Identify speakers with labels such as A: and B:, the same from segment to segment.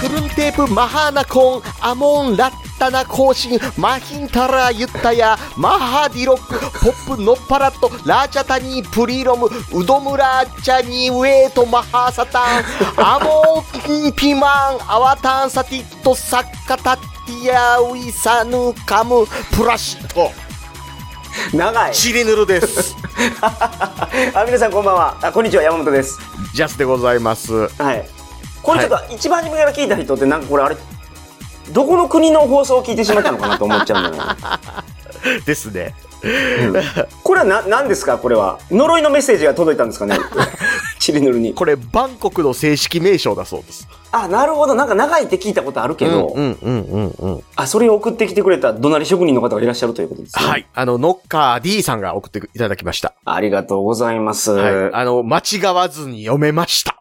A: クルンテープマハナコンアモンラッタナ行進マヒンタラユッタヤマハディロックポップノッパラットラーチャタニープリロムウドムラーチャニーウェイトマハサタンアモンピマンアワタンサティットサッカタッティアウイサヌカムプラシット
B: 長い。
A: チリヌルです
B: あ、皆さんこんばんは。あ、こんにちは、山本です。
A: ジャスでございます
B: はい。これちょっと一番初めから聞いた人って、なんかこれあれ、どこの国の放送を聞いてしまったのかなと思っちゃうんだよね。
A: ですね
B: これはな、何ですかこれは。呪いのメッセージが届いたんで すかねチリヌルに。
A: これバンコクの正式名称だそうです
B: あ、なるほど。なんか長いって聞いたことあるけど、
A: うんうんうんうんうん
B: あ、それを送ってきてくれた怒鳴り職人の方がいらっしゃるということですね。。
A: はいい。あの、ノッカー D さんが送っていただきました。
B: ありがとうございます。
A: はい。あの、間違わずに読めました。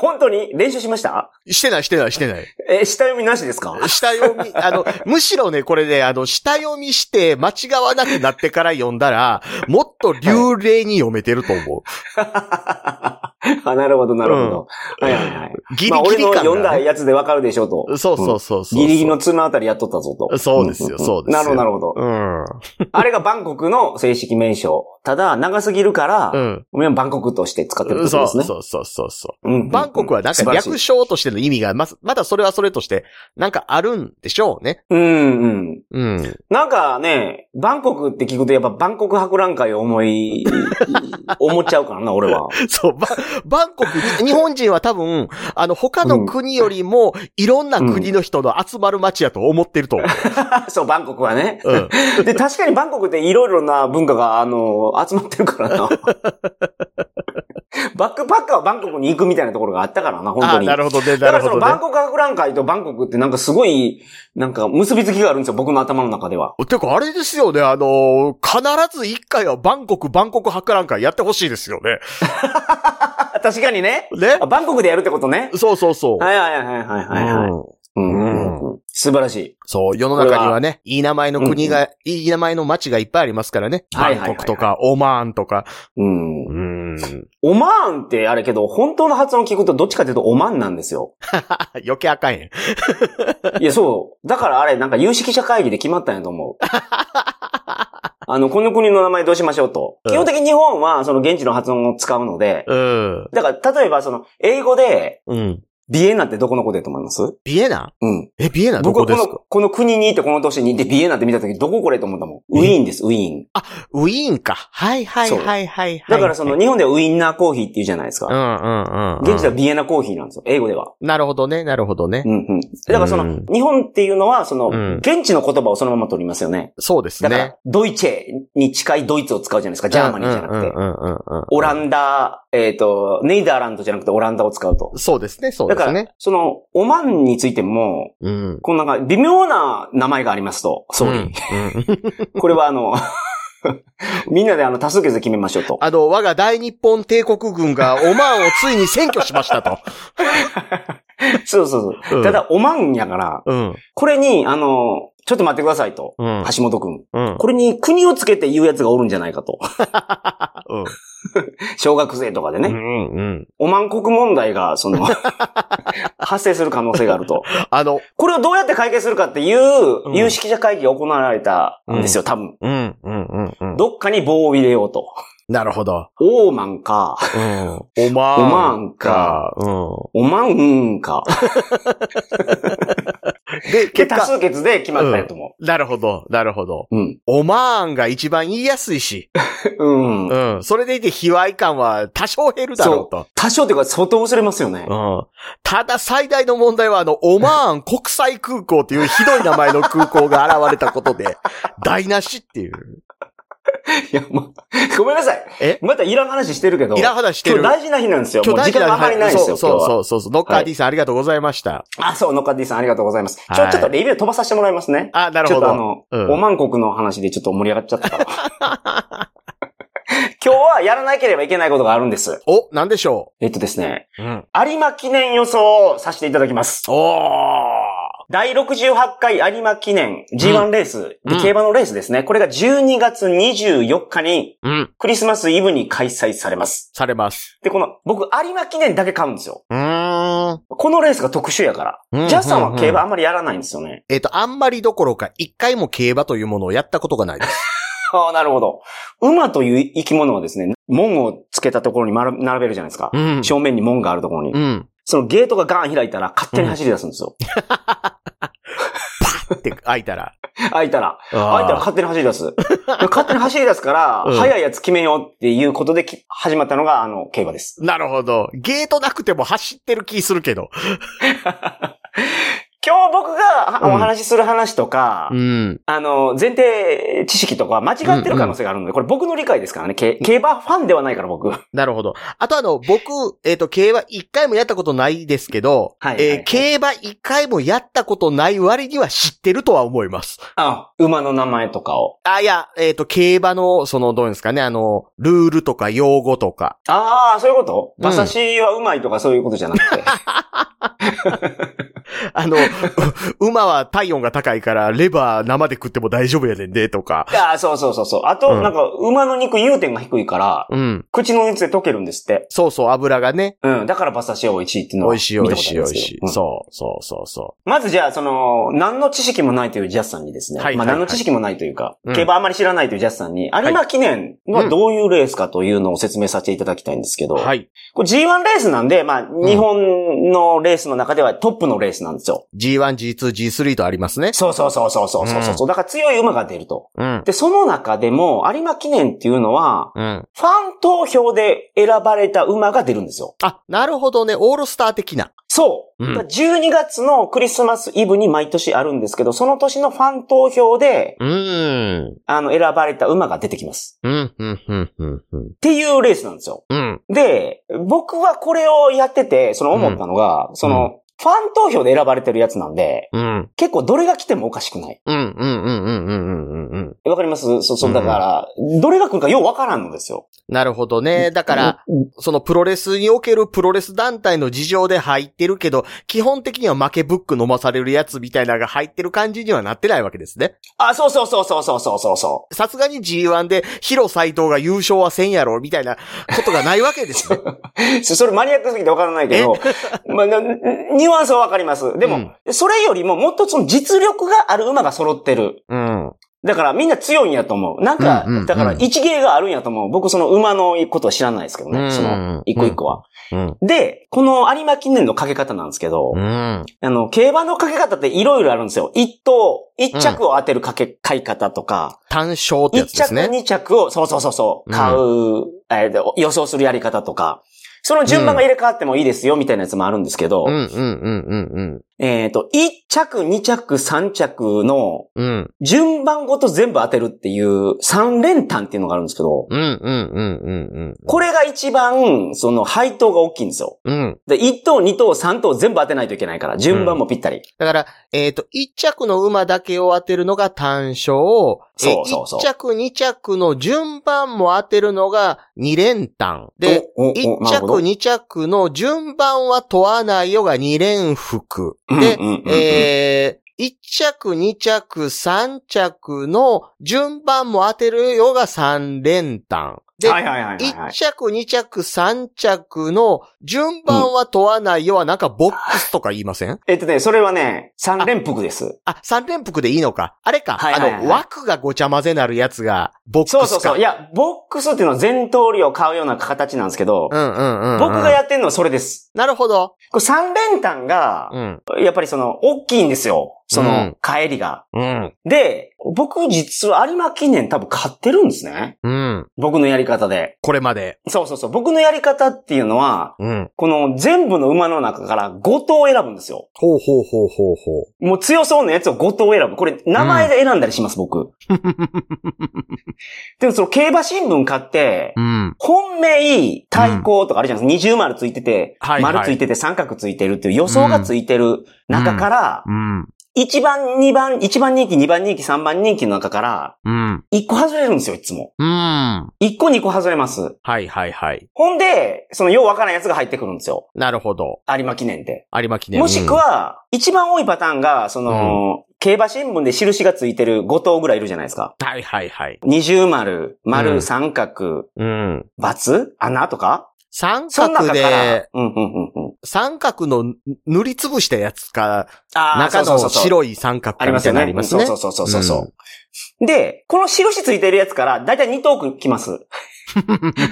B: 本当に練習しました
A: してない、してない、して ない。
B: え、下読みなしですか
A: 下読み、あの、むしろね、これね、あの、下読みして間違わなくなってから読んだら、もっと流麗に読めてると思
B: あ、なるほど、なるほど。はいはいはい。
A: う。ギリ
B: まあ、
A: ギ
B: 俺
A: リ
B: の
A: 感
B: 読ん
A: が
B: だ
A: ね、
B: やつでわかるでしょうと。
A: そうそうそうそう。
B: ギリギリの綱あたりやっとったぞと。
A: そうですよ
B: んんん
A: そうですよ
B: なるほど、なるほど。
A: うん。
B: あれがバンコクの正式名称。ただ、長すぎるから、
A: うん。
B: 俺はバンコクとして使ってるっ
A: う
B: て
A: ん。
B: こと
A: そ
B: で
A: う
B: すね。
A: そうそうそうそう。
B: うんうんうん
A: バンコクはなん
B: 素
A: か
B: 晴らしい
A: 略称としての意味が、まず、まだそれはそれとして、なんかあるんでしょうね。
B: うんうん。
A: うん。
B: なんかね、バンコクって聞くとやっぱバンコク博覧会を思い、 思っちゃうからな、俺は。
A: そう、ババンコク、に日本人は多分、あの、他の国よりも、いろんな国の人の集まる街やと思ってると思
B: そう、バンコクはね。
A: う。うん。
B: で、確かにバンコクっていろいろな文化が、あの、集まってるから な。バックパッカーはバンコクに行くみたいなところがあったからな、本
A: あ
B: 当
A: あ、
B: に。
A: なるほどね、
B: だ
A: なる
B: からそ
A: ほ
B: のバン
A: ど
B: コク博覧会とバンコクってなんかすごい、なんか結びつきがあるんですよ、僕の頭の中では。
A: ね。てか、あれですよね、あのー、必ず一回はバンコク、バンコク博覧会やってほしいですよね。
B: あ確かにね。
A: ね
B: あバンコクでやるってことね。
A: そうそうそう。
B: はいはいはいはいはいはい。
A: うん
B: うんうんうん素晴らしい。
A: そう、世の中にはね、いい名前の国が、いい名前の街がいっぱいありますからね。
B: は
A: バ
B: いはい
A: ン
B: はいはい
A: コクとか、オマーンとか。
B: うん
A: う。ん。
B: オマーンってあれけど、本当の発音聞くとどっちかというとオマンなんですよ。
A: あ 余計あかんやん。
B: いや、そう。だからあれ、なんか有識者会議で決まったんやと 思う。あの、この国の名前どうしましょうと。
A: うん
B: 基本的に日本は、その現地の発音を使うので、
A: うん。
B: だから、例えば、その、英語で、
A: うん。
B: ビエナってどこのことやと思います
A: ビエナ
B: うん。
A: え、ビエナど
B: 僕
A: こ
B: はこ
A: です
B: の、
A: か
B: この国にいて、この年にいて、ビエナって見たとき、どここれと思ったもん。ウィーンです、ウィーン。
A: ウィーンか。はいはいはいはいはい。
B: だから、その、日本ではウィンナーコーヒーって言うじゃないです
A: う
B: か。
A: んうんうんうん。
B: 現地ではビエナコーヒーなんですよ、英語では。
A: なるほどね、なるほどね
B: う。んうん。だから、そうの
A: ん、
B: 日本っていうのは、その
A: うん、
B: 現地の言葉をそのまま取りますよね。
A: そうです
B: だから、
A: ね。
B: ドイチェに近いドイツを使うじゃないですか。ジャーマニーじゃなくて。
A: うんうんうんうん
B: オランダ、えっ、と、ネイダーランドじゃなくてオランダを使うと
A: うん。。そうですね、そうで
B: だか
A: す
B: ら
A: ね。、
B: その、オマンについても、
A: うん。
B: このなんか、微妙な名前がありますと、総理。
A: うん うん
B: これはあの、 みんなであの、多数決で決めましょうと。
A: あの、我が大日本帝国軍がオマーンをついに占拠しましたと。
B: そうそう そう。
A: うん
B: ただ、オマンやから、
A: うん。
B: これに、あの、ちょっと待ってくださいと。
A: うん。
B: 橋本くん。
A: うん。
B: これに国をつけて言うやつがおるんじゃないかと。
A: うん
B: 小学生とかで
A: う
B: ね。
A: んうん。
B: オマン国問題が、その、発生する可能性があると。
A: あの、
B: これをどうやって解決するかっていう
A: う、ん
B: 有識者会議が行われたんですよ、多分。
A: うんうんうんうん。
B: どっかに棒を入れようと。
A: なるほど。
B: オーマンか、
A: うん。オマーン。
B: オマーンか。
A: う
B: オマ ンか。
A: ん。で、
B: で、
A: 結
B: 多
A: 果。
B: 数決で決まったんやと思
A: なるほど、なるほど。
B: う。うん。
A: オマーンが一番言いやすいし。
B: うん。
A: うん。それでいて、卑猥感は多少減るだろうと。
B: 多少というか相当薄れますよね。
A: うん。ただ最大の問題は、あの、オマーン国際空港というひどい名前の空港が現れたこと で、台無しっていう。
B: いや、ま、 ごめんなさい。
A: え
B: またいらん話してるけど。
A: いらん話して
B: 今
A: る。
B: 日大事な日なんですよ。も
A: 今
B: う時間があまりないんですよ、
A: そう
B: 今日
A: そ
B: は。
A: うそうそう。ノッカー D さん、ありがとうございました。
B: あ、そう、ノッカディさんありがとうございます。ち
A: は
B: ょ、
A: い
B: ちょっとレビュー飛ばさせてもらいますね。
A: あ、なる
B: ちょ
A: ほ
B: っと
A: ど。
B: あの、
A: うん
B: オマン国の話でちょっと盛り上がっちゃったから。 今日はやらなければいけないことがあるんです。
A: お、なんでしょ
B: えっとですね、
A: う。うん。
B: 有馬記念予想をさせていただきます。
A: お
B: 第68回有馬記念 G1 レース、
A: うん
B: 競馬のレースですね。これが12月24日に
A: ー。うん。
B: クリスマスイブに開催されます。
A: されます。
B: で、この、僕、有馬記念だけ買うんですよ。
A: うーん。ん。
B: このレースが特殊やから。
A: うん
B: ジャスさん
A: うん
B: は
A: うん
B: 競馬あんまりやらないんですよね。
A: えっ、と、あんまりどころか、一回も競馬というものをやったことがないです。
B: ああ、なるほど。馬という生き物はですね、門をつけたところに丸並べるじゃないですか。
A: うん。
B: 正面に門があるところに。
A: うん。
B: そのゲートがガーン開いたら勝手に走り出すんですよ。
A: って開いたら。
B: 開いたら。開いたら勝手に走り出す。勝手に走り出すか ら、
A: うん
B: 早いやつ決めようっていうことでき始まったのが、あの、競馬です。
A: なるほど。ゲートなくても走ってる気するけど。
B: 今日僕が
A: うん
B: はお話しする話とか、
A: うん。
B: あの、前提知識とか間違ってる可能性があるので、これ僕の理解ですからね。け競馬ファンではないから僕。
A: なるほど。あとあの、僕、えっ、と、競馬一回もやったことないですけど、
B: はいはいはい
A: えー競馬一回もやったことない割には知ってるとは思います。
B: あ、馬の名前とかを。
A: あ、いや、えっ、と、競馬の、その、どういうんですかね、あの、ルールとか用語とか。
B: ああ、そういうこと
A: うん
B: 馬刺しはうまいとかそういうことじゃ なくて。
A: あ の、う馬は体温が高いから、レバー生で食っても大丈夫やねんで、とか。
B: ああ、そうそうそうそう。あ
A: う
B: と、
A: ん
B: なんか、馬の肉融点が低いから、
A: うん。
B: 口の熱で溶けるんですって。
A: そうそう、油がね、
B: うん。だから馬刺しは美味しいっていうの
A: 美
B: は
A: 味しい美味しい美
B: 見たことあります
A: 味し
B: けど
A: い。
B: うん
A: そう、そうそうそ
B: まずじゃあ、その、何の知識もないというジャスさんにですね。
A: はい
B: まあ、
A: はい
B: 何の知識もないというか、
A: うん
B: 競馬あまり知らないというジャスさんに、
A: い
B: 有馬記念はどういうレースかというのを説明させていただきたいんですけ
A: う。
B: ど、
A: はい。
B: これ G1 レースなんで、まあ、日本のレースの中ではトップのレースなんですよ。
A: G1、G2、G3 とありますね。
B: そうそうそうそうそうそうそう、だから強い馬が出ると。
A: うん。
B: で、その中でも、有馬記念っていうのは、
A: うん。
B: ファン投票で選ばれた馬が出るんですよ。
A: あ、なるほどね。オールスター的な。
B: そう。
A: うん
B: だから12月のクリスマスイブに毎年あるんですけど、その年のファン投票で、
A: うーん。
B: あの、選ばれた馬が出てきます。
A: うん、うん、うん、うん、うん
B: っていうレースなんですよ。
A: うん。
B: で、僕はこれをやってて、その思ったのが、その、ファン投票で選ばれてるやつなんで、
A: うん。
B: 結構どれが来てもおかしくない。
A: うん、うん、うん、うん、うん、うん、うん。
B: わかりますそ、そ、だから、どれが来るかようわからんのですよ。
A: なるほどね。だから、
B: うん、
A: そのプロレスにおけるプロレス団体の事情で入ってるけど、基本的には負けブック飲まされるやつみたいなのが入ってる感じにはなってないわけですね。
B: あ、そうそうそうそうそうそうそうそ
A: さすがに G1 でヒロ斎藤が優勝はせんやろ、みたいなことがないわけですよ。
B: う。 そそれマニアックすぎてわからないけど、 まあ、なニュアンスはわかります。でも、それよりももっとその実力がある馬が揃ってる。
A: うん。
B: だからみんな強いんやと思う。なんか、
A: うんうんうん
B: だから一芸があるんやと思う。僕その馬のことは知らないですけどね。
A: うんうんうん
B: その、一個一個は。
A: うん。
B: で、この有馬記念のかけ方なんですけど、
A: うん。
B: あの、競馬のかけ方っていろいろあるんですよ。一等、一着を当てるかけ、買い方とか、
A: 単勝ってや
B: 一
A: つです
B: 着、
A: ね。
B: 二着を、そうそうそうそう、買う、えーで予想するやり方とか、その順番が入れ替わってもいいですよ、みたいなやつもあるんですけど、
A: うんうんうんうん
B: えっ、と、一着、二着、三着の
A: うん。うん。
B: 順番ごと全部当てるっていう三連単っていうのがあるんですけど、
A: うんうんうんうん
B: これが一番、その配当が大きいんですよ。
A: うん。うん。
B: で、1等、2等、3等全部当てないといけないから、順番もぴったり。
A: だから、えっ、と、一着の馬だけを当てるのが単勝。え
B: そうそうそう
A: 一着、二着の順番も当てるのが二連単。で、
B: お、お、
A: 一
B: おなるほど
A: 着、二着の順番は問わないよが二連服。で、
B: うんうんうんうん
A: えー、1着、2着、3着の順番も当てるよが3連単。で、
B: はいはいはいはいは
A: 1
B: い。
A: 着、2着、3着の順番は問わないよはなんかボックスとか言いません、
B: えっとね、それはね、三連服です。
A: あ、3連服でいいのか。あれか。
B: はいはいはい
A: あの、枠がごちゃ混ぜなるやつがボックス
B: そ
A: か。
B: うそうそう。いや、ボックスっていうのは全通りを買うような形なんですけど、
A: うんうんうんうん。
B: 僕がやってるのはそれです。
A: なるほど。
B: これ三連単が
A: う、ん。
B: やっぱりその、大きいんですよ。その、帰りが。
A: うん。
B: で、僕実は有馬記念多分買ってるんですね。
A: うん。
B: 僕のやり方で。
A: これまで。
B: そうそうそう。僕のやり方っていうのは、
A: うん。
B: この全部の馬の中から5頭選ぶんですよ。
A: ほうほうほうほうほう。
B: もう強そうなやつを5頭選ぶ。これ、名前で選んだりします、僕。 でもその競馬新聞買って、
A: うん。
B: 本命、対抗とかあるじゃないですか。二重丸ついてて、
A: はいはい
B: 丸ついてて、三角ついてるっていう予想がついてる中から、
A: うん。
B: 一番、二番、一番人気、二番人気、三番人気の中から、
A: うん。
B: 一個外れるんですよ、いつも。
A: うん。は
B: 一個二個外れます。
A: いはいはい。
B: ほんで、そのようわからんやつが入ってくるんですよ。
A: なるほど。
B: 有馬記念って。
A: 有馬記念。
B: もしくは、一番多いパターンが、その、競馬新聞で印がついてる5頭ぐらいいるじゃないですか。
A: うん、はいはいはい。
B: 二重丸、
A: う
B: 丸、
A: ん
B: 三角、
A: うん。
B: ×、穴とか
A: 三
B: その中
A: 角
B: から
A: で、、
B: うんうんうんうん。
A: 三角の塗りつぶしたやつか、
B: ああ、そ
A: 中
B: うそうそう
A: の
B: そう。
A: 白い三角
B: あ
A: か
B: りま
A: み
B: す
A: たい
B: よ
A: な
B: ね。
A: のありますね。
B: そうそうそうそうそう、で、この印ついてるやつから、だいたい2トーク 来ます。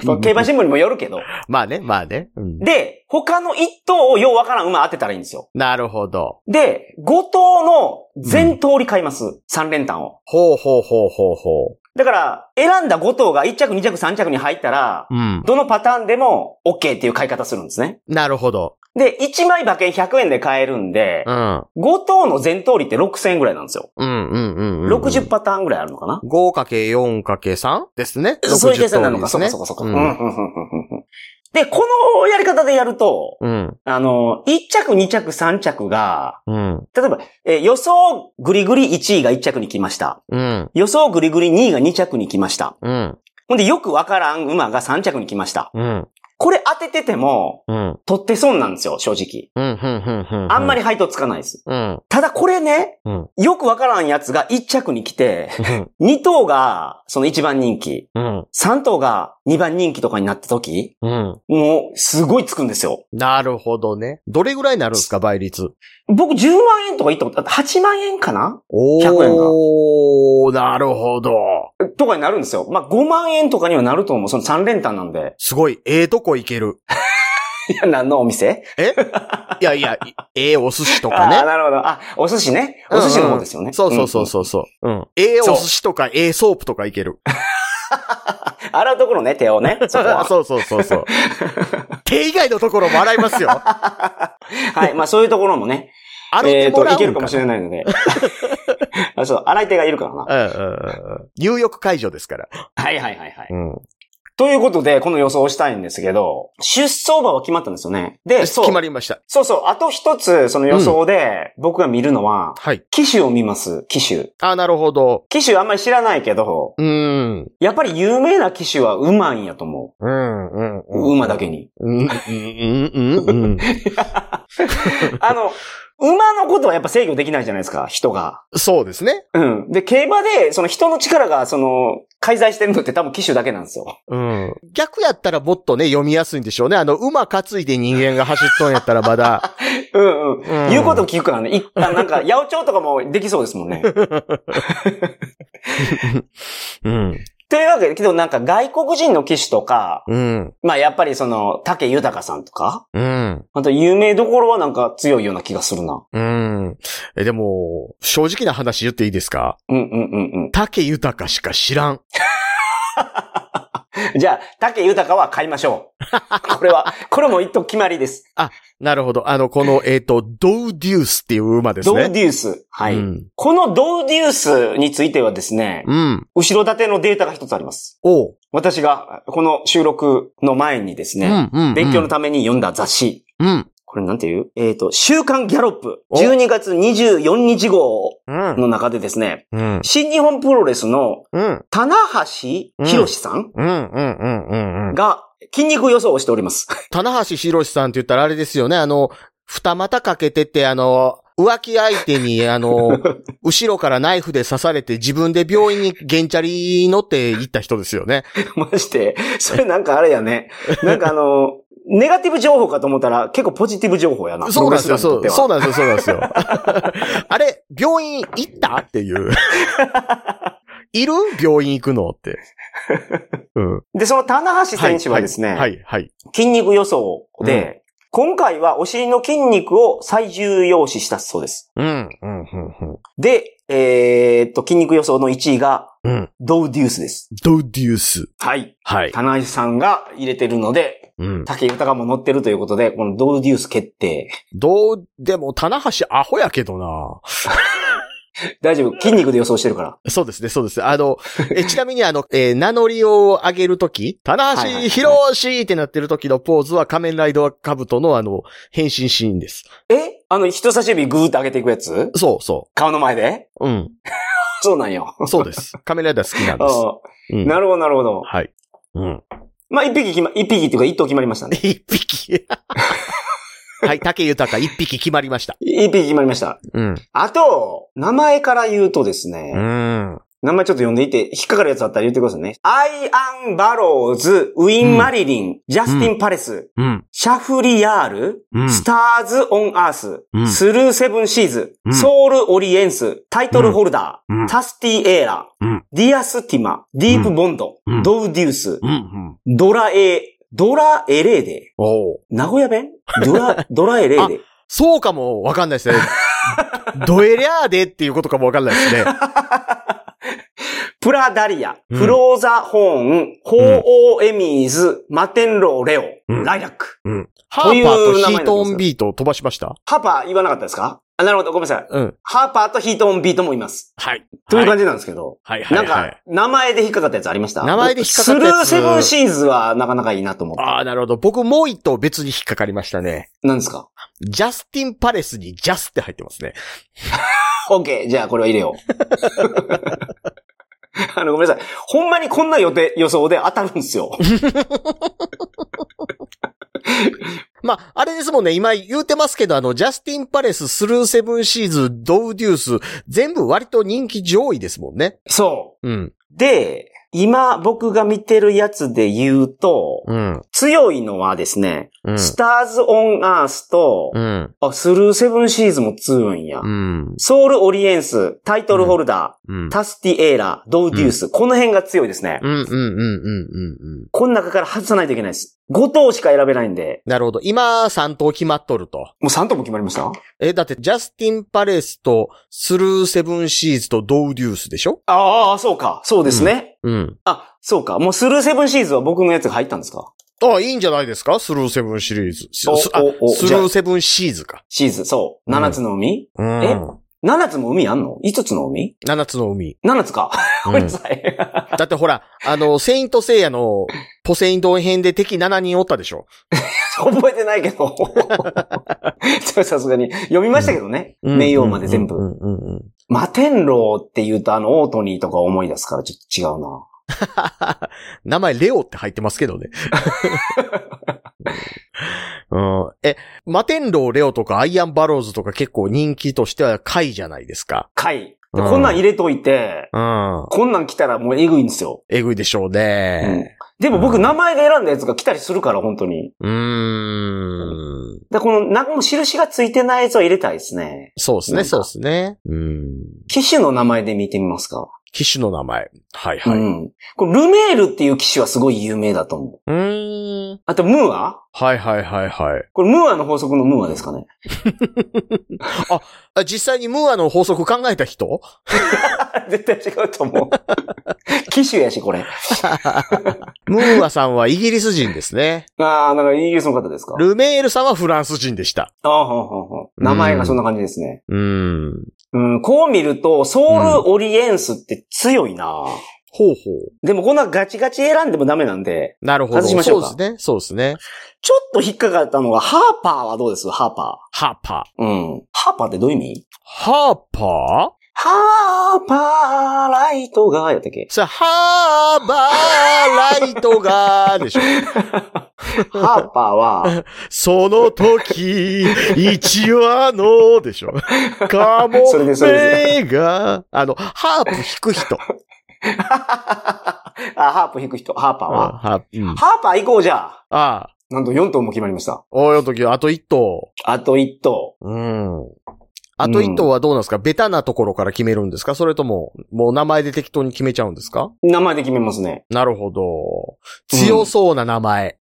B: これ競馬新聞にもよるけど。
A: まあね、まあね。うん
B: で、他の1頭をようわからん馬当てたらいいんですよ。
A: なるほど。
B: で、5頭の全通り買います。3連単を。
A: ほうほうほうほうほ
B: だから、選んだ5頭が1着、2着、3着に入ったら
A: う。、うん。
B: どのパターンでも OK っていう買い方するんですね。
A: なるほど。
B: で、1枚馬券100円で買えるんで
A: う、ん。
B: 5頭の全通りって6000円ぐらいなんですよ。
A: うんうんうん、うん。
B: 60パターンぐらいあるのかな
A: 5×4×3 ですね。
B: そういう計算になるのか、
A: 60通
B: そ
A: り
B: う
A: です
B: かそうかそうか。
A: う
B: うんんうんうんうんうんで、このやり方でやると、
A: うん。
B: あの、1着、2着、3着が、
A: うん。
B: 例えば、えー予想グリグリ1位が1着に来ました。
A: うん。
B: 予想グリグリ2位が2着に来ました。
A: うん。
B: ほんで、よくわからん馬が3着に来ました。
A: うん。
B: これ当ててても、
A: うん。
B: 取って損なんですよ、正直。
A: うん。うん。
B: あんま
A: り。
B: り配当つかないです。
A: うん。
B: ただこれね、
A: うん。
B: よくわからんやつが1着に来て、
A: うん。
B: 2頭がその1番人気、
A: うん。
B: 3頭が2番人気とかになった時、
A: うん。
B: もうすごいつくんですよ。
A: なるほどね。どれぐらいになるんですか、倍率。
B: 僕10万円とか言ったこと、あ8万円かな
A: お
B: 100円が
A: おなるほど。
B: とかになるんですよ。まあ、5万円とかにはなると思う。その3連単なんで。
A: すごい、ええとこいける。
B: いや、何のお店
A: いやいや、いええお寿司と
B: あ
A: か
B: あー、
A: ね。
B: なるほど。あ、お寿司ね。お寿司の方ですよ
A: うんう
B: ね。
A: んそうそうそうそうそう。うん。ええお寿司とか、ええソープとかいける。。
B: うん。洗うところね、手をね。そこは
A: そうそうそう そう。手以外のところも洗いますよ。
B: はい。まあ、そういうところもね。
A: 洗っ
B: え
A: て
B: っ
A: も
B: と、
A: らう
B: い
A: んか
B: けるかもしれないの で。 あそう、洗い手がいるからな。
A: うんうんうん入浴解除ですから。
B: はいはいはいはい。
A: うん。
B: ということで、この予想をしたいんですけど、出走馬は決まったんですよね。で、そう。
A: 決まりました。
B: そうそう。あと一つ、その予想で、僕が見るのは、
A: はい。
B: 機種を見ます。機種。
A: あ、なるほど。
B: 機種あんまり知らないけど、
A: うーん。
B: やっぱり有名な機種はうまいんやと思
A: うん、うん、
B: う。
A: うん。
B: 馬だけ に。
A: うん、うん、うん、うんうん。
B: あの、馬のことはやっぱ制御できないじゃないですか、人が。
A: そうですね。
B: うん。で、競馬で、その人の力が、その、介在してるのって多分機種だけなんですよ。
A: うん。逆やったらもっとね、読みやすいんでしょうね。あの、馬担いで人間が走っとんやったらまだ。
B: うんうん。
A: うん
B: 言うこと聞くからね。いあな んか、八百長とかもできそうですもんね。
A: うん。
B: と いうわけで、けどなんか外国人の騎手とか、
A: うん。
B: まあやっぱりその、竹豊さんとか、
A: うん。
B: あと有名どころはなんか強いような気がするな。
A: うん。え、でも、正直な話言っていいですか
B: うんうんうん
A: 竹豊しか知らん。
B: うん。じゃあ、竹豊は買いましょ う。これは、これも一等決まりです。
A: なるほど。あの、この、えっ、と、ドウデュースっていう馬です
B: ドウ
A: ね。
B: デュース。はい。
A: うん。
B: このドウデュースについてはですね、
A: うん。
B: 後ろ盾のデータが一つあります。
A: おう。
B: 私が、この収録の前にですね、
A: うんうんうん、
B: 勉強のために読んだ雑誌、
A: うん。
B: これなんていうえっ、と、週刊ギャロップ、
A: お
B: 12月24日号
A: うん。
B: の中でですね、
A: うん。
B: 新日本プロレスの
A: うん。
B: 棚橋博さん
A: うん。うん。うん。うん。うん。
B: が筋肉予想をしております。
A: 棚橋博さんって言ったらあれですよね。あの、二股かけてて、あの、浮気相手に、あ の、後ろからナイフで刺されて自分で病院にゲンチャリ乗って行った人ですよね。
B: まして、それなんかあれやね。なんかあの、ネガティブ情報かと思ったら結構ポジティブ情報やな。
A: そうなんですよ。
B: プロ
A: そ
B: レスラーにとっ
A: う
B: ては
A: そうなんですよ。そうなんですよ。 あれ、病院行ったっていう。いる病院行くのって。 うん。
B: で、その棚橋選手はですね、
A: はい、はい。
B: 筋肉予想で、今回はお尻の筋肉を最重要視したそうです。
A: うん、うん、うん、
B: で、えーっと、筋肉予想の1位が、
A: うん。うん。
B: ドウデュースです。
A: ドデュース。
B: はい。
A: はい。
B: 棚橋さんが入れてるので、
A: うん。
B: 竹豊も乗ってるということで、このドウデュース決定。
A: どう、でも、棚橋アホやけどな。
B: 大丈夫。筋肉で予想してるから。
A: そうですね、そうですね。あの、えちなみにあの、えー名乗りを上げるとき、棚
B: はいはいは
A: 橋
B: い
A: 博士ってなってるときのポーズは仮面ライダー兜のあの、変身シーンです。
B: えあの、人差し指グーって上げていくやつ
A: そうそ
B: 顔の前で
A: う。うん。
B: そうなんよ。
A: そう です。仮面ライダー好きなんです。
B: あ
A: う
B: あ
A: ん
B: なるほど、なるほど。
A: はい。うん。
B: まあ、一匹決ま、一匹っていうか一頭決まりましたね。
A: 一匹。 はい、竹豊一匹決まりました。
B: 一匹決まりました。
A: うん。
B: あと、名前から言うとですね、
A: うん。
B: 名前ちょっと読んでいて、引っかかるやつあったら言ってくださいね。アイアン・バローズ、ウィン・マリリン、ジャスティン・パレス、
A: うん。
B: シャフリヤール、
A: うん
B: スターズ・オン・アース、
A: うん
B: スルー・セブン・シーズ、
A: うん
B: ソウル・オリエンス、タイトルホルダー、
A: うん
B: タスティ・エーラ、
A: うん
B: ディアス・ティマ、ディープ・ボンド、
A: うん
B: ドウ・デュース、
A: うん。うん。
B: ドラ・エ、ドラ・エレーデ、
A: おう
B: 名古屋弁ドラ、 ドラ・エレーデ。
A: そうかもわかんない ですね。ドエリャーでっていうことかもわかんないですね。
B: プラダリア、
A: うん
B: フローザホーン、ホーオーエミーズ、マテンローレオ、
A: うん
B: ライラック。
A: うん。ハーパーとヒートオンビートを飛ばしました
B: ハーパー言わなかったですかあ、なるほど、ごめんなさい。
A: うん。
B: ハーパーとヒートオンビートもいます。
A: はい。
B: という感じなんですけど。
A: はいは
B: ないん
A: はい
B: か。、名前で引っかかったやつありました
A: 名前で引っかかったやつ
B: スルーセブンシーズはなかなかいいなと思って。
A: ああ、なるほど。僕もう一頭別に引っかかりましたね。
B: 何ですか
A: ジャスティン・パレスにジャスって入ってますね。
B: オッケーじゃあこれは入れよう。 あの、ごめんなさい。ほんまにこんな予定、予想で当たるんです よ。
A: まあ、あれですもんね、今言うてますけど、あの、ジャスティン・パレス、スルーセブンシーズ、ドウデュース、全部割と人気上位ですもんね。
B: そ
A: うん。
B: う。で、今僕が見てるやつで言うと、
A: うん。
B: 強いのはですね、
A: うん。
B: スターズ・オン・アースと、
A: うん。
B: あスルー・セブン・シーズも強いんや。
A: うん。
B: ソウル・オリエンス、タイトルホルダー、
A: うん。
B: タスティ・エーラ、ドウ・デュース、この辺が強いですね。
A: うん。うん。うん。うん。うん。
B: この中から外さないといけないです。5頭しか選べないんで、
A: なるほど。今、3頭決まっとると。
B: もう3頭も決まりました
A: え、だって、ジャスティン・パレスと、スルーセブンシーズと、ドウデュースでしょ
B: ああ、そうか。そうですね。
A: うん。
B: あ、そうか。もうスルー・セブン・シーズは僕のやつが入ったんですか
A: あ、いいんじゃないですかスルーセブンシリーズ。す
B: お
A: すあ
B: おお
A: スルーセブンシーズか。
B: シーズ、そう。
A: うん
B: 7つの海、
A: うん
B: え7つも海あんの ?5 つの海
A: 七つの海。
B: ?7 つか。
A: う
B: ご
A: ん
B: めんなさい。
A: だってほら、あの、セイントセイヤのポセインドン編で敵7人おったでしょ。
B: 覚えてない けど。ちょさすがに。読みましたけどね。名誉まで全
A: う
B: 部。
A: んうんうんうん。
B: 摩天楼って言うとあの、オートニーとか思い出すからちょっと違うな。
A: 名前レオって入ってますけど ね。うん、え、マテンローレオとかアイアンバローズとか結構人気としては回じゃないですか。
B: 回。で
A: うん
B: こんなん入れといて、
A: うん。
B: こんなん来たらもうえぐいんですよ。
A: えぐいでしょう
B: うん
A: ね。
B: でも僕名前で選んだやつが来たりするから、本当に。
A: うーん。
B: で、この、なんかもう印がついてないやつは入れたいですね。
A: そうです
B: な
A: ね、
B: んか
A: そうですね。うん。
B: 機種の名前で見てみますか。
A: 機種の名前。はいは
B: う
A: い。
B: ん。これ、ルメールっていう機種はすごい有名だと思う。
A: うーん。
B: あと、ムーア
A: はいはいはいはい。
B: これ、ムーアの法則のムーアですかね。
A: あ実際にムーアの法則考えた人
B: 絶対違うと 思う。機種やし、これ。
A: ムーアさんはイギリス人ですね。
B: ああ、なんかイギリスの方ですか。
A: ルメールさんはフランス人でした。
B: ああ、ほんほんほん。名前がそんな感じですね。
A: うん。
B: うん、こう見ると、ソウル・オリエンスって強いな、
A: ほうほう。
B: でも、こんなガチガチ選んでもダメなんで、
A: なるほど。
B: 外しましょうか
A: そうですね。そうですね。
B: ちょっと引っかかったのが、ハーパーはどうですハーパ
A: ハーパ
B: ー。うん。ハーパーってどういう意味
A: ー。ハーパ
B: ハーパーライトが、やったっけ
A: ーさあ、ハーバーライトが、でしょ。
B: ハーパー は、
A: その時、一話の、でしょ。かも
B: それでそ
A: め
B: れ
A: が、あの、ハープ弾く人。
B: あ、ハープ弾く人、ハーパーは。
A: ハープ。うん
B: ハーパー行こうじゃあ。
A: ああ、
B: なんと4頭も決まりました。
A: おいおとき、あと一頭。
B: あと1頭。
A: うん。あと一頭はどうなんですか、ベタなところから決めるんですかそれとも、もう名前で適当に決めちゃうんですか
B: 名前で決めますね。
A: なるほど。強そうな名前。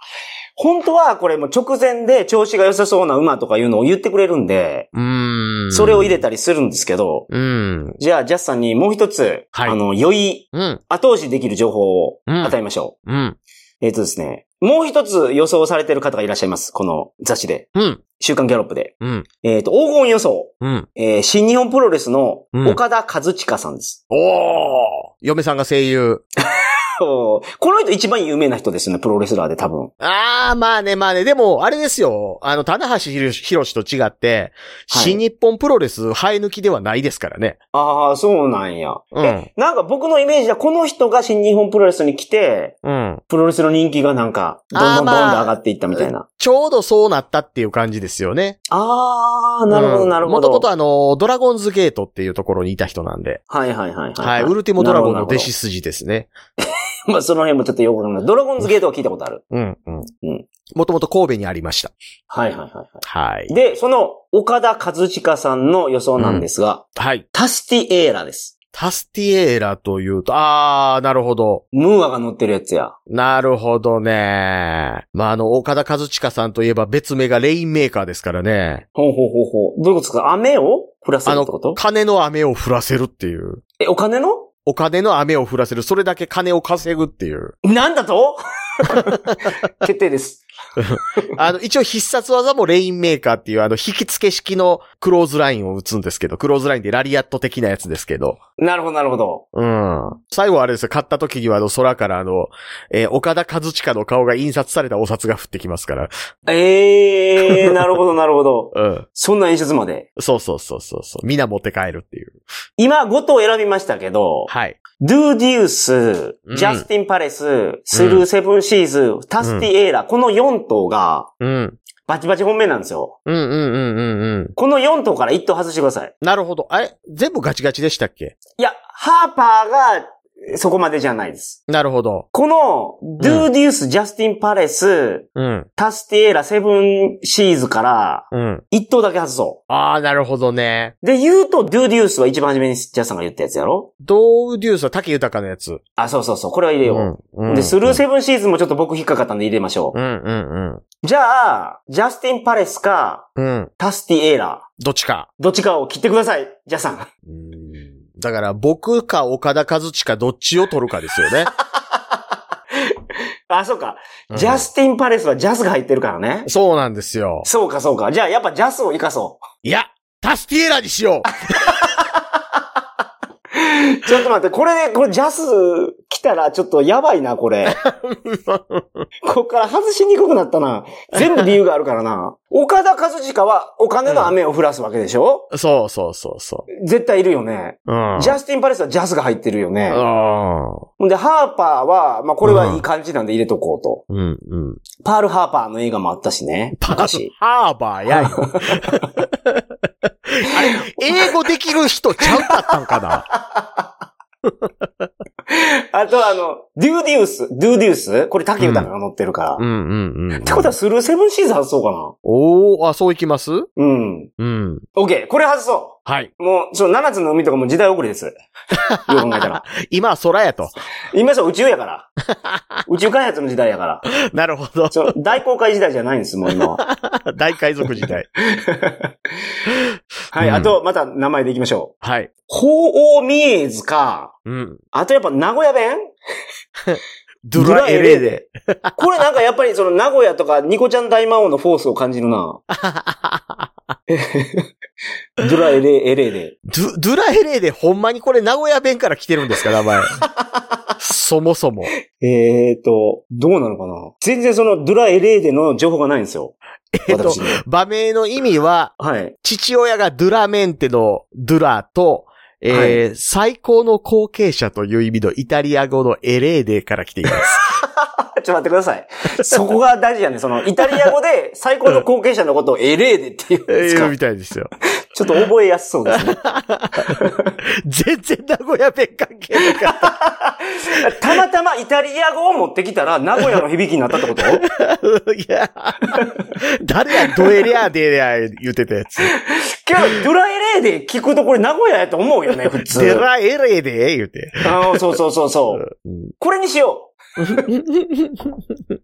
B: 本当はこれも直前で調子が良さそうな馬とかいうのを言ってくれるんで、
A: うーん。
B: それを入れたりするんですけど、
A: うん。
B: じゃあジャスさんにもう一つ、
A: はい
B: あの、良い
A: うん。
B: 後押しできる情報を
A: うん
B: 与えましょ
A: うん。
B: う。えっ、とですね、もう一つ予想されてる方がいらっしゃいます。この雑誌で。
A: うん。
B: 週刊ギャロップで。
A: うん。
B: えっ、と、黄金予想。
A: うん。
B: えー新日本プロレスの
A: うん
B: 岡田和親さんです。
A: おー嫁さんが声優。
B: おーこの人一番有名な人ですよね、プロレスラーで多分。
A: あー、まあね、まあね。でも、あれですよ。あの、棚橋博士と違って、
B: はい
A: 新日本プロレス生え抜きではないですからね。
B: ああ、そうなんや。
A: うん
B: え、なんか僕のイメージではこの人が新日本プロレスに来て、
A: うん。
B: プロレスの人気がなんか、どん
A: あー
B: どんどんどん
A: まあ
B: 上がっていったみたいな。
A: ちょうどそうなったっていう感じですよね。
B: あー、なるほど、なるほ
A: もともと
B: ど。
A: あの、ドラゴンズゲートっていうところにいた人なんで。
B: はいはいはい
A: はいい。ウルティモドラゴンの弟子。筋ですね。
B: なるほどなるほ どまあその辺もちょっとよくわかんない。ドラゴンズゲートは聞いたことある。
A: うん、うん。
B: うん。
A: もともと神戸にありました。
B: はいはいはいは
A: はい
B: い。。で、その、岡田和親さんの予想なんですが、
A: はい。
B: タスティエーラです。
A: タスティエーラというと、あー、なるほど。
B: ムーアが乗ってるやつや。
A: なるほどね。まあ、あの、岡田和親さんといえば別名がレインメーカーですからね。
B: ほうほうほうほう。どういうことですか雨を降らせ
A: あ
B: るっ
A: の
B: てこと、
A: 金の雨を降らせるっていう。
B: え、お金の
A: お金の雨を降らせる。それだけ金を稼ぐっていう。
B: なんだと 決定です。
A: あの、一応必殺技もレインメーカーっていう、あの、引き付け式のクローズラインを打つんですけど、クローズラインでラリアット的なやつですけど。
B: なるほど、なるほど。
A: うん。最後あれですよ、買った時にはあの、空からあの、えー岡田和親の顔が印刷されたお札が降ってきますから。
B: ええー、なるほど、なるほど。
A: うん。
B: そんな演出まで。
A: そうそうそうそうそう。皆持って帰るっていう。
B: 今、5頭選びましたけど、
A: はい。
B: ドゥデュース
A: う、ん
B: ジャスティン・パレス、スルー・セブン・シーズ、タスティ・エーラ、この4頭が、
A: うん。
B: バチバチ本命なんですよ。
A: うんうんうんうんうん。
B: この4頭から1頭外してください。
A: なるほど。あれ全部ガチガチでしたっけ
B: いや、ハーパーが、えそこまでじゃないです。
A: なるほど。
B: この、ドゥデュース、ジャスティン・パレス、
A: うん。
B: タスティエーラ、セブン・シーズから、
A: うん。
B: 1頭だけ外そ
A: ああ、なるほどね。
B: う。で、言うと、ドゥデュースは一番初めにジャスさんが言ったやつやろ
A: ドウデュースは竹豊のやつ。
B: あ、そうそうそう、これは入れよう。
A: うんうん
B: で、スルーセブンシーズンもちょっと僕引っかかったんで入れましょう。
A: うんうん
B: じゃあ、ジャスティン・パレスか、
A: うん。うん。
B: タスティエーラ、
A: どっちか。
B: どっちかを切ってください、ジャスさん。
A: だから、僕か岡田和親どっちを取るかですよね。
B: あ、そうか。
A: うん
B: ジャスティン・パレスはジャスが入ってるからね。
A: そうなんですよ。
B: そうか、そうか。じゃあ、やっぱジャスを活かそ
A: いや、タスティエラにしよ
B: う。 ちょっと待って、これで、これジャス来たらちょっとやばいな、こ れ。こっから外しにくくなったな。全部理由があるからな。 岡田和親はお金の雨を降らすわけでしょ、
A: うそうそうそうそ
B: 絶対いるよね。
A: う。うん。
B: ジャスティン・パレスはジャスが入ってるよね。
A: あ
B: ほんで、ハーパーは、まあ、これはいい感じなんで入れとこうと。
A: ーうんうん。
B: パール・ハーパーの映画もあったしね。
A: パー
B: 昔。
A: ハーバーやい。あ れ、英語できる人ちゃうかったんかな
B: あとあの、デューデュース、デューデュースこれ竹豊が乗ってるから。
A: うん
B: っ
A: うんうん。って
B: ことはスルーセブンシーズン外そうか
A: おー、あ、そういきます
B: な。うん。
A: うん。
B: オッケー、これ外そ
A: はい。
B: う。もう、その7つの海とかも時代遅 れです。よく考えたら。
A: 今は空やと。
B: 今そう宇宙やから。宇宙開発の時代やから。
A: なるほど。
B: その大航海時代じゃないんです、もう今 は。
A: 大海賊時代。
B: はい、
A: うん
B: あと、また名前でいきましょう。
A: はい。
B: 鳳凰ミエーズか、
A: うん。
B: あとやっぱ名古屋弁
A: ド
B: ラ
A: ラ
B: エ
A: エ
B: レ
A: レ
B: ー
A: で。
B: これなんかやっぱりその名古屋とかニコちゃん大魔王のフォースを感じる な。 ドラエレ、エレで。
A: ド、ドゥラヘレーでほんまにこれ名古屋弁から来てるんですか、 名前。そもそも。
B: えーと、どうなのかな全然そのドラエレーでの情報がないんですよ。
A: えっと
B: 私に。
A: 場名の意味は、
B: はい。
A: 父親がドゥラメンテのドゥラと、えー最高の後継者という意味のイタリア語のエレーデから来てい ます。
B: あちょっと待ってくださ い。そこが大事やね。その、イタリア語で最高の後継者のことをエレーでっていうん
A: え
B: ですか
A: ー、み。たいですよ。
B: ちょっと覚えやすそうですね。
A: 全然名古屋弁関係なかった。
B: たまたまイタリア語を持ってきたら名古屋の響きになったってこと
A: いや、誰や、ドエリアデや言ってたやつ。
B: けど、ドラエレーで聞くとこれ名古屋やと思うよ ね、普通。
A: デラエレーデ言うて。
B: ああ、そうそうそうそう。
A: うん
B: これにしよ う。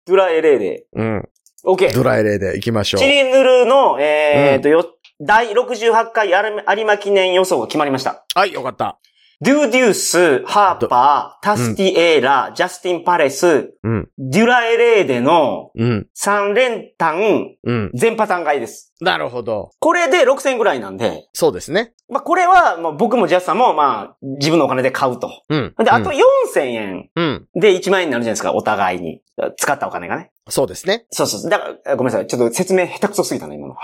B: ドラエレーで。
A: うん。
B: OK。
A: ドラエレーデ行きましょう
B: チ。リヌルの、えーっと、よ、第68回有馬有馬記念予想が決まりました。
A: はい、よかった。
B: ドゥデュース、ハーパー、タスティエーラ、ジャスティン・パレス、
A: うん。
B: デュラエレーデの
A: うん。
B: 3連単、
A: うん。
B: 全パターン買いです。
A: なるほど。
B: これで6000円ぐらいなんで、
A: そうですね。
B: まあこれは、まあ僕もジャスさんも、まあ自分のお金で買うと。
A: うん。
B: で、あと
A: うん
B: 4000円
A: うん。
B: で1万円になるじゃないですか、お互いに。使ったお金がね。
A: そうですね。
B: そうそうそう。だから、ごめんなさい。ちょっと説明下手くそすぎたな、今の。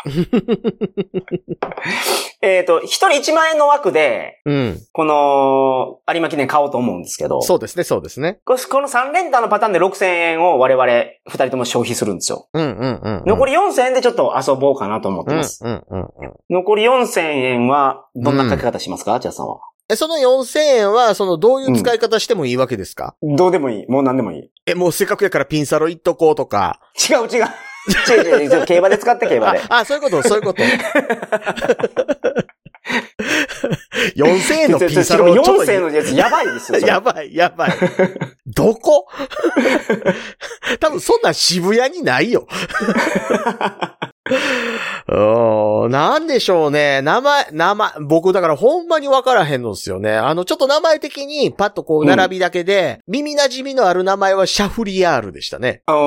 B: えっと、一人1万円の枠で、
A: うん。
B: この、有馬記念買おうと思うんですけど、
A: そうですね、そうですね。
B: ここの3連単のパターンで6000円を我々2人とも消費するんですよ。
A: うんうんうん、うん。
B: 残
A: り
B: り4000円でちょっと遊ぼうかなと思って
A: うん
B: ます。
A: うんうんうん。
B: 残り4000円は、どんなかけ方しますか、ジャスさんは。
A: え、その4000円は、その、どういう使い方してもいいわけですか、
B: どうでもいい。もう何でもいい。
A: え、もうせっかくやからピンサロ行っとこうとか。
B: 違う違う。違う違う違う。競馬で使って競馬
A: あ
B: で。、
A: あ、そういうこと、そういう こと。4000円のピンサロちょっと
B: 4000円のやつやばいですよ。それ
A: やばい、や ばい。どこ 多分そんなん渋谷にない よ。うーんなんでしょうね。名前、名前、僕だからほんまにわからへんのですよね。あの、ちょっと名前的にパッとこう並びだけで、耳馴染みのある名前はシャフリヤールでしたね。
B: あの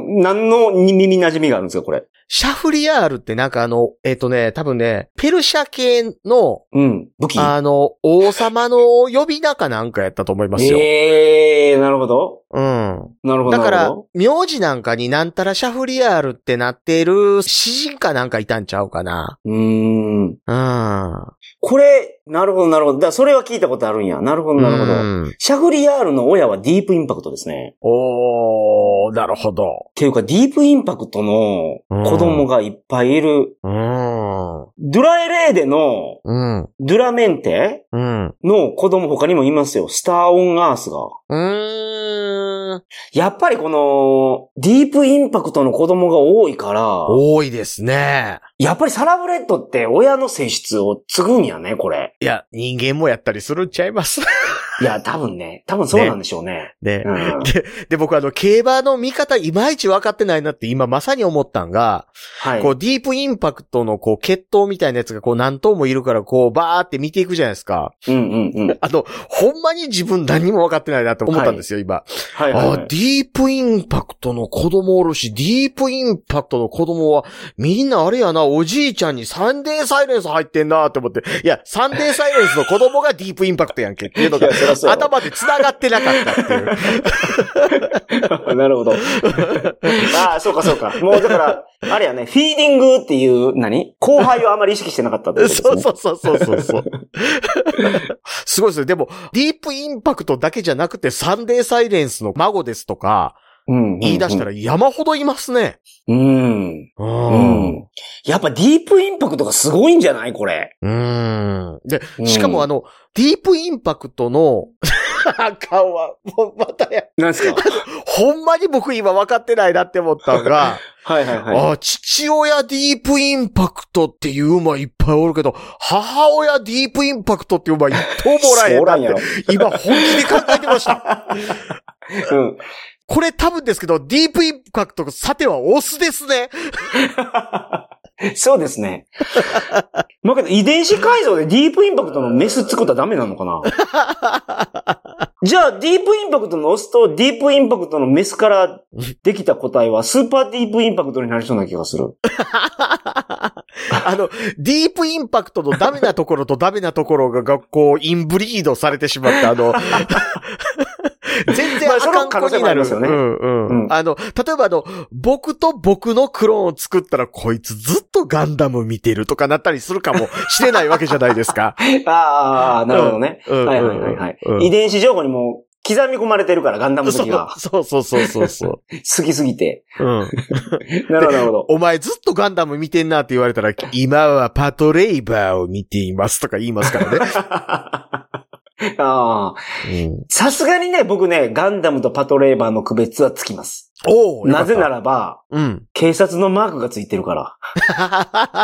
B: ー何の耳馴染みがあるんですか、これ。
A: シャフリヤールってなんかあの、えっ、とね、多分ね、ペルシャ系の、
B: うん。武器
A: あの、王様の呼び名かなんかやったと思いますよ。
B: ええー、なるほど。
A: うん。
B: なるほど。
A: だか
B: なる
A: ら
B: ほど、
A: 名字なんかになんたらシャフリヤールってなってる詩人かなんかいたんちゃうかな。
B: うーん。
A: う
B: これ、なるほど、なるほど。だからそれは聞いたことあるんや。なるほど、
A: ん。
B: なるほど。
A: うん。
B: シャフリヤールの親はディープインパクトですね。
A: おー、なるほど。
B: っていうか、ディープインパクトの子供がいっぱいいる。
A: うん。
B: ドゥラエレーデの
A: うん。
B: ドゥラメンテ
A: うん。う
B: の子供他にもいますよ。スター・オン・アースが。
A: ーん。
B: やっぱりこの、ディープインパクトの子供が多いから、
A: 多いですね。
B: やっぱりサラブレッドって親の性質を継ぐんやね、これ。
A: いや、人間もやったりするんちゃい ます。
B: いや、多分ね。多分そうなんでしょうね。
A: ね
B: う。ん。
A: で、僕あの、競馬の見方いまいち分かってないなって今まさに思ったんが、
B: はい。
A: こう、ディープインパクトのこう、血統みたいなやつがこう、何頭もいるから、こう、バーって見ていくじゃないですか。
B: うんうんう ん。
A: あと、ほんまに自分何も分かってないなって思ったんですよ、今。
B: はいはい、は
A: あ、
B: い。
A: ディープインパクトの子供おるし、ディープインパクトの子供は、みんなあれやな、おじいちゃんにサンデーサイレンス入ってんなって思って、いや、サンデーサイレンスの子供がディープインパクトやんけっていうの
B: い
A: が
B: やそり ゃ、そうや
A: 頭で繋がってなかったっていう。
B: なるほど。ああ、そうかそうか。もうだから、あれやね、フィーディングっていう、何後輩をあまり意識してなかった ってことですね
A: そうそうそうそうそう そう。すごいですね。でも、ディープインパクトだけじゃなくて、サンデーサイレンスの孫ですとか、
B: うんうんうん
A: 言い出したら山ほどいますね。
B: うん。
A: う
B: うん。やっぱディープインパクトがすごいんじゃないこれ。
A: うん。で、
B: うん
A: しかもあの、ディープインパクト の、あかんわ。もうまたや。
B: なんで すか
A: ほんまに僕今分かってないなって思ったのが、
B: はいはいはい。
A: あ父親ディープインパクトっていう馬いっぱいおるけど、母親ディープインパクトっていう馬一頭もおらへん
B: そう
A: な
B: な
A: っ
B: ん
A: て
B: やろ。
A: 今本気で考えてました。
B: うん。
A: これ多分ですけど、ディープインパクト、さてはオスですね。
B: そうですね。まあけど遺伝子改造でディープインパクトのメス作ったらダメなのかな じゃあ、ディープインパクトのオスとディープインパクトのメスからできた個体はスーパーディープインパクトになりそうな気がする。
A: あの、ディープインパクトのダメなところとダメなところが、がこう、インブリードされてしまった、あ の、全然
B: ま
A: あ
B: あその
A: かん子になる。
B: 可能性もありますよね
A: うんうん。
B: うん
A: あの、例えばあの、僕と僕のクローンを作ったら、こいつずっとガンダム見てるとかなったりするか もしれないわけじゃないですか。
B: ああ、なるほどね。
A: うんうん
B: はいはいはいはい、
A: うん
B: 遺伝子情報にもう刻み込まれてるから、ガンダム好きが。
A: そうそうそうそうそ
B: 好きすぎ て。
A: う。うん。
B: なるほど、なるほど。
A: お前ずっとガンダム見てんなって言われたら、今はパトレイバーを見ていますとか言いますからね。
B: ああ。さすがにね、僕ね、ガンダムとパトレーバーの区別はつきます。
A: おお
B: なぜな
A: ら。
B: らば、
A: うん。
B: 警察のマークがついてるから。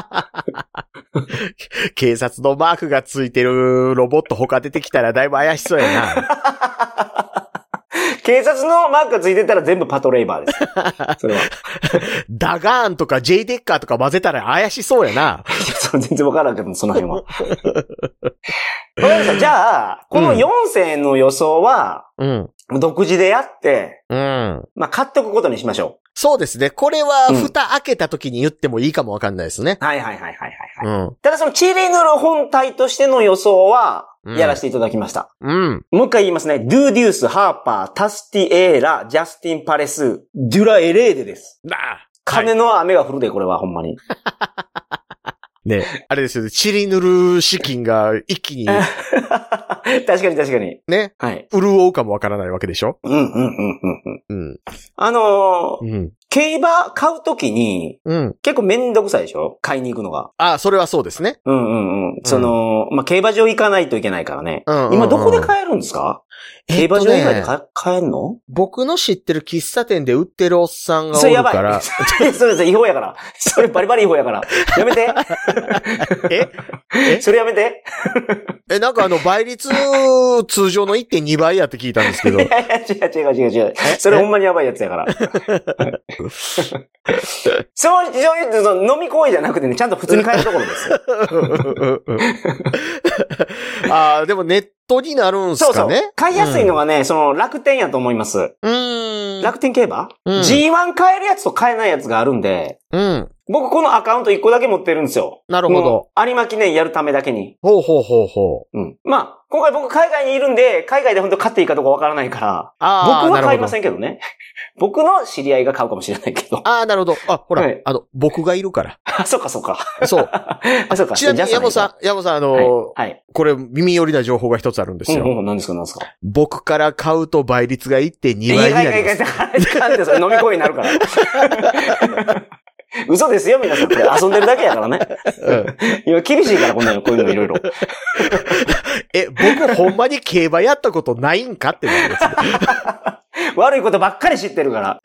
A: 警察のマークがついてるロボット他出てきたらだいぶ怪しそうや な。
B: 警察のマークがついてたら全部パトレイ バーです。それは。い
A: ダガーンとか J デッカーとか混ぜたら怪しそうやな。
B: やその全然わからんけど、その辺は。わかりました。じゃあ、この
A: うん
B: 4000円の予想は、
A: うん。
B: 独自でやって、
A: うん。
B: まあ、買っとくことにしましょ
A: そうですね。これは、
B: うん
A: 蓋開けた時に言ってもいいかもわかんないですね。
B: う。はいはいはいはいはい、はい
A: うん。
B: ただそのチリヌル本体としての予想は、
A: うん
B: やらせていただきました。
A: うん。
B: もう一回言いますね。ドゥデュース、ハーパー、タスティエーラ、ジャスティン・パレス、デュラ・エレーデです。
A: なあ。
B: 金の雨が降るで、これは、ほんまに。
A: ね。あれですよね。チリヌル資金が一気に
B: 確かに 確かに。
A: ね、
B: はい。
A: 潤うかもわからないわけでしょ
B: うんうんうんうんうん。
A: うん。
B: あのー
A: うん。
B: 競馬買うときに、
A: うん。
B: 結構めんどくさいでしょ買いに行くのが。
A: あそれはそうですね。
B: うんうんうん。その、まあ、競馬場行かないといけないからね。
A: うんうんうん
B: 今どこで買えるんですか、競馬場以外で
A: えっとね
B: 買買えんの
A: 僕の知ってる喫茶店で売ってるおっさんがお
B: それ
A: る
B: やば
A: か
B: い
A: ら。。
B: それそれ違法やから。それバリバリ違法やから。や めて。
A: え
B: それやめて。
A: え、なんかあの、倍率、通常の1.2倍やって聞いたんですけど
B: い。やいや、 違う違う違う違う。それほんまにやばいやつやから。そう、そういう、その飲み行為じゃなくてね、ちゃんと普通に買えるとこ ろですよ。
A: ああ、でもネットになるんす
B: そうそ
A: か
B: う
A: ね。
B: 買いやすいのがね、その楽天やと思います。
A: うーん。
B: 楽天競馬、
A: うん
B: ?G1 買えるやつと買えないやつがあるんで、
A: うん。
B: 僕このアカウント1個だけ持ってるんですよ。
A: なるほど。
B: もう。有馬記念やるためだけに。
A: ほうほうほうほう。
B: うん。まあ、今回僕海外にいるんで、海外で本当買っていいかどうかわからないから、
A: ああ、
B: 僕は買いま
A: ん。
B: せんけどね。 僕の知り合いが買うかもしれないけど。
A: あ あ、なるほど。あ、ほら、
B: はい
A: あの、僕がいる から。
B: あ、そうかそうか。
A: そう。
B: あ、そうか。
A: ちなみに、
B: ジャ
A: 山
B: ス
A: 本さん、山本さん、あの
B: さんがいい
A: ー
B: か。はい。はい。
A: これ、耳寄りな情報が一つあるんですよ。
B: うんうん、何ですか何ですか。
A: 僕から買うと倍率が1.2倍になります。
B: いやいやいやいやなんでそれ飲み声になるから。 嘘ですよ、皆さん。これ遊んでるだけやからね。
A: うん
B: 今、厳しいから、こんなの、こういうのいろいろ。
A: え、僕ほんまに競馬やったことないんかってなるや つ
B: 悪いことばっかり知ってるから。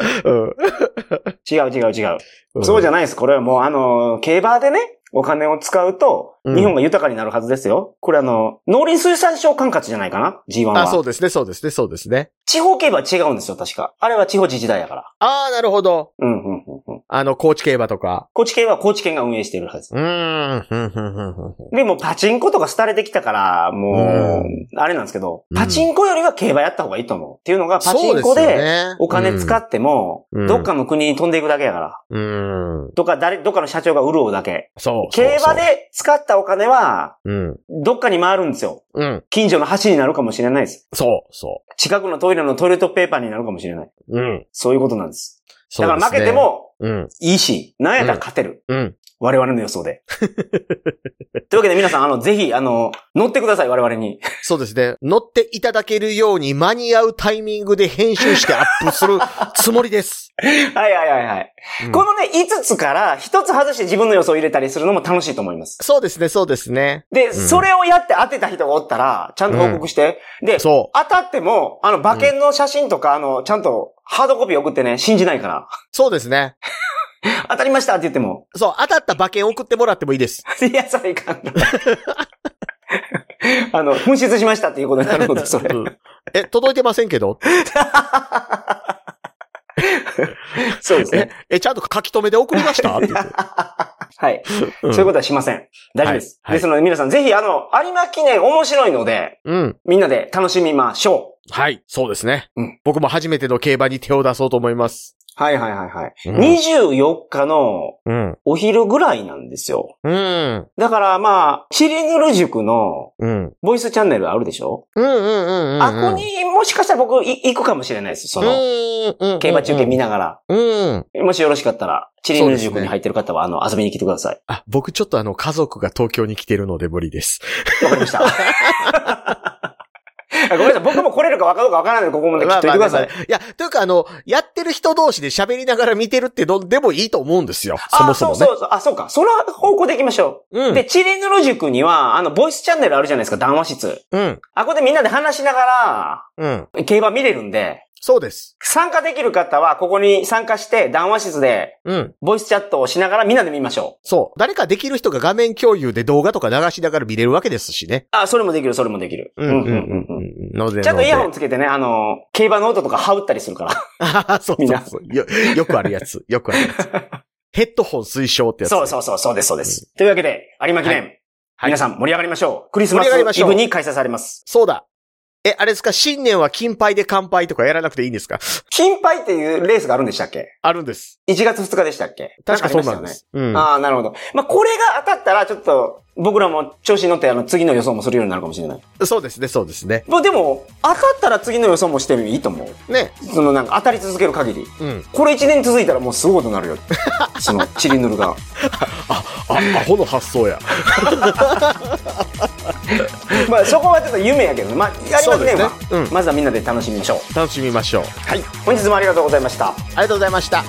B: 違う違う違う。
A: うん。
B: そうじ
A: ゃ
B: ゃないです。これはもう、あの、競馬でね、お金を使うと、
A: うん
B: 日本が豊かになるはずですよ。これあの、農林水産省管轄じゃないかな ?G1 は。
A: あ、そうですね、そうですね、そうですね。
B: 地方競馬は違うんですよ、確か。あれは地方自治体やから。
A: ああ、なるほど。
B: うん、うん、うん、うん。
A: あの、高知競馬とか。
B: 高知県は高知県が運営してるはず。
A: うーん、ふんふんふんふんふん。
B: で、もうパチンコとか廃れてきたから、もう、あれなんですけど、
A: うん
B: パチンコよりは競馬やった方がいいと思う。っていうのが、パチン
A: そ
B: コ
A: うすよ
B: で
A: ね
B: お金使っても、
A: うん
B: どっかの国に飛んでいくだけやから。
A: うん。うん
B: とか、誰、どっかの社長が潤うだけ。
A: そう。
B: 競馬
A: そう
B: で使ったお金は、
A: そううん。
B: どっかに回るんですよ。
A: うん。
B: 近所の橋になるかもしれないです。
A: そう、そ
B: 近くのトイレのトイレットペーパーになるかもしれない。
A: う。うん。
B: そういうことなんです。
A: そう
B: だ
A: ですね
B: から負けて。も
A: うん。
B: いいし、なんやったら勝てる。
A: うん。
B: 我々の予 想で。というわけで皆さん、あの、ぜひ、あの、乗ってください、我々に。
A: そうですね。乗っていただけるように間に合うタイミングで編集してアップ するつもりです。
B: はいはいはいはい。
A: うん
B: このね、5つから1つ外して自分の予想を入れたりするのも楽しいと思います。
A: そうですね、そうですね。
B: で、
A: ん
B: それをやって当てた人がおったら、ちゃんと報告して。で、当
A: そう。
B: たっても、あの、馬券の写真とか、あの、ちゃんとハードコピー送ってね、信じないから。
A: そうですね。
B: 当たりましたって言っても。
A: そう、当たった馬券送ってもらってもいいです。
B: いや、それいかん。 あの、紛失しましたっていうことになる ので、それ
A: う。んえ、届いてませんけど
B: そうです
A: え
B: ね。、
A: え、ちゃんと書き留めで送りま したって言って
B: はい。
A: うん
B: そういうことはしません。大丈夫です。
A: はいはい
B: ですので皆さん、ぜひ、あの、有馬記念面白いので、
A: うん。
B: みんなで楽しみましょ
A: はい、そうですね。
B: うん
A: 僕も初めての競馬に手を出そうと思います。
B: う。はいはいはいはい。
A: うん
B: 24日の
A: うん。
B: お昼ぐらいなんですよ。
A: うん。
B: だからまあ、チリヌル塾の
A: うん。
B: ボイスチャンネルあるでしょ、
A: うんうんうんうん。
B: あこにもしかしたら僕い行くかもしれないです。その、
A: の
B: 競馬中継見ながら。
A: うん。
B: もしよろしかったら、チリヌル
A: そ
B: 塾
A: うです
B: に
A: ね
B: 入ってる方は、あの、遊びに来てください。
A: あ、僕ちょっとあの、家族が東京に来てるので無理です。
B: わかり ました。ごめんなさい。僕も来れるか分かるか分からないので、ここまで切っといてくださ
A: まあ
B: い。
A: まあまあいや、というかあの、やってる人同士で喋りながら見てるってどうでもいいと思うんですよ。そもそもね。
B: あ、そうそうそう。あ、そうか。その方向で行きましょう。
A: うん
B: で、チリヌル塾には、あの、ボイスチャンネルあるじゃないですか、談話室。
A: うん。
B: あ、ここでみんなで話しなが
A: うん。
B: ら、競馬見れるんで、
A: そうです。
B: 参加できる方は、ここに参加して、談話室で、
A: うん。
B: ボイスチャットをしながらみんなで見ましょう。
A: そう。誰かできる人が画面共有で動画とか流しながら見れるわけですしね。
B: あ、それもできる、それもできる。うん
A: ん。ので、
B: ちゃんとイヤホ
A: の
B: ンつけてね、あの、競馬の音とか羽打ったりするから。
A: で。 そう
B: みん
A: そう
B: な
A: そうよ。よくあるやつ。よくあるや つ。ヘッドホン推奨ってやつ。
B: そうそうそう、そうです、そうです。というわけで、有馬記念、
A: はい
B: 皆さん盛り上がりましょう。クリスマ
A: 盛り上がりま
B: ス
A: し
B: イ
A: ょう
B: ブに開催されます。
A: そうだ。え、あれですか新年は金杯で乾杯とかやらなくていいんですか
B: 金杯っていうレースがあるんでしたっけ
A: あるんです。
B: 1月2日でしたっけ
A: 確かそうなんで。す。うん。
B: ああ、なるほど。まあ、これが当たったら、ちょっと、僕らも調子に乗って、あの、次の予想もするようになるかもしれない。
A: そうですね、そうですね。
B: まあ、でも、当たったら次の予想もしてもいいと思う。
A: ね。
B: その、なんか、当たり続ける限り。
A: うん。
B: これ1年続いたらもうすごいことにな るよ。その、チリヌルが。
A: あ、アホの発想や。
B: まあ、そこはちょっと夢やけどね。まあ、やり
A: そ
B: ま
A: う
B: す
A: です
B: ね。
A: ね
B: まあ
A: うん
B: まずはみんなで楽しみましょう。
A: 楽しみましょう。
B: はい。本日もありがとうございました。
A: ありがとうございました。